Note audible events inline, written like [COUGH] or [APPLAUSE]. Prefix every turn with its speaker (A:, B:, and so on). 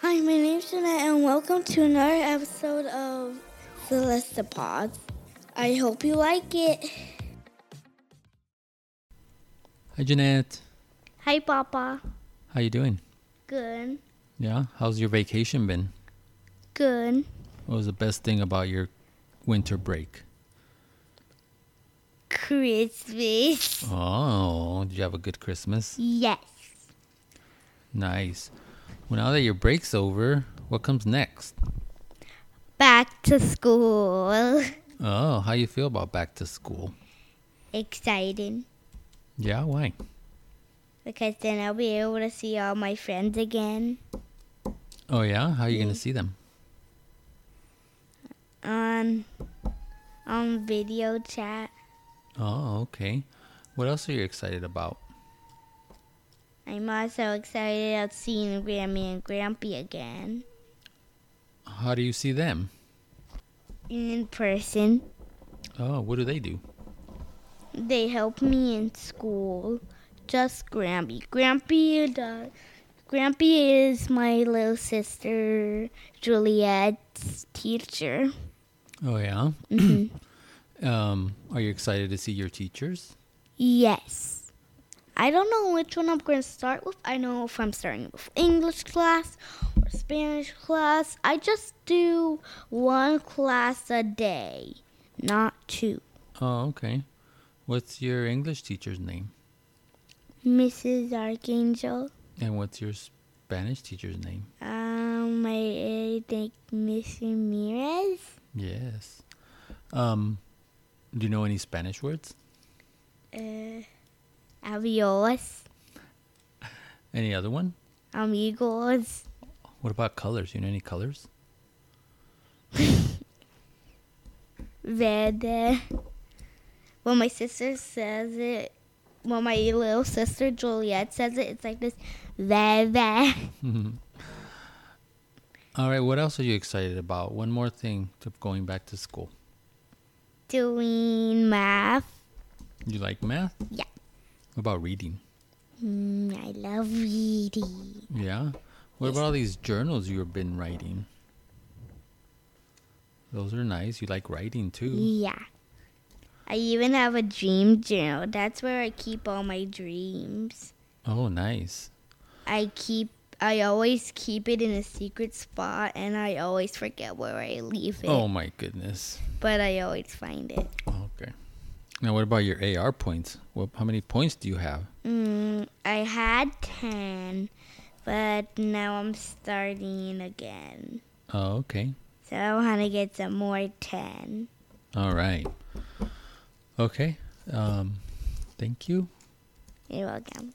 A: Hi, my name's Jeanette, and welcome to another episode of Celesta Pods. I hope you like it.
B: Hi, Jeanette.
A: Hi, Papa.
B: How you doing?
A: Good.
B: Yeah. How's your vacation been?
A: Good.
B: What was the best thing about your winter break?
A: Christmas.
B: Oh, did you have a good Christmas?
A: Yes.
B: Nice. Well, now that your break's over, what comes next?
A: Back to school.
B: Oh, how you feel about back to school?
A: Exciting.
B: Yeah, why?
A: Because then I'll be able to see all my friends again
B: Oh, yeah. How are you gonna see them?
A: on on video chat.
B: Oh, okay. What else are you excited about?
A: I'm also excited of seeing Grammy and Grampy again
B: How do you see them?
A: in person.
B: Oh, what do they do?
A: They help me in school. Just Grampy. Grampy, does. Grampy is my little sister Juliet's teacher.
B: Oh, yeah. [CLEARS THROAT] um, are you excited to see your teachers?
A: Yes. I don't know which one I'm going to start with. I know if I'm starting with English class or Spanish class. I just do one class a day, not two.
B: Oh, okay. What's your English teacher's name?
A: Mrs. Archangel.
B: And what's your Spanish teacher's name?
A: Um, I, I think Miss Ramirez.
B: Yes. Um, do you know any Spanish words?
A: Uh, avios,
B: Any other one?
A: amigos,
B: What about colors? You know any colors?
A: verde. When my sister says it, when my little sister Juliet says it, it's like this verde.
B: All right. What else are you excited about? One more thing to going back to school.
A: Doing math.
B: You like math?
A: Yeah.
B: What about reading?
A: Mm, I love reading.
B: Yeah. What about all these journals you've been writing? Those are nice. You like writing too.
A: Yeah. I even have a dream journal. That's where I keep all my dreams.
B: Oh, nice.
A: I keep I always keep it in a secret spot and I always forget where I leave it.
B: Oh my goodness.
A: But I always find it.
B: Okay. Now, what about your AR points? What? How many points do you have?
A: Mm, I had 10, but now I'm starting again.
B: Oh, okay.
A: So I want to get some more 10.
B: All right. Okay. Um, thank you.
A: You're welcome.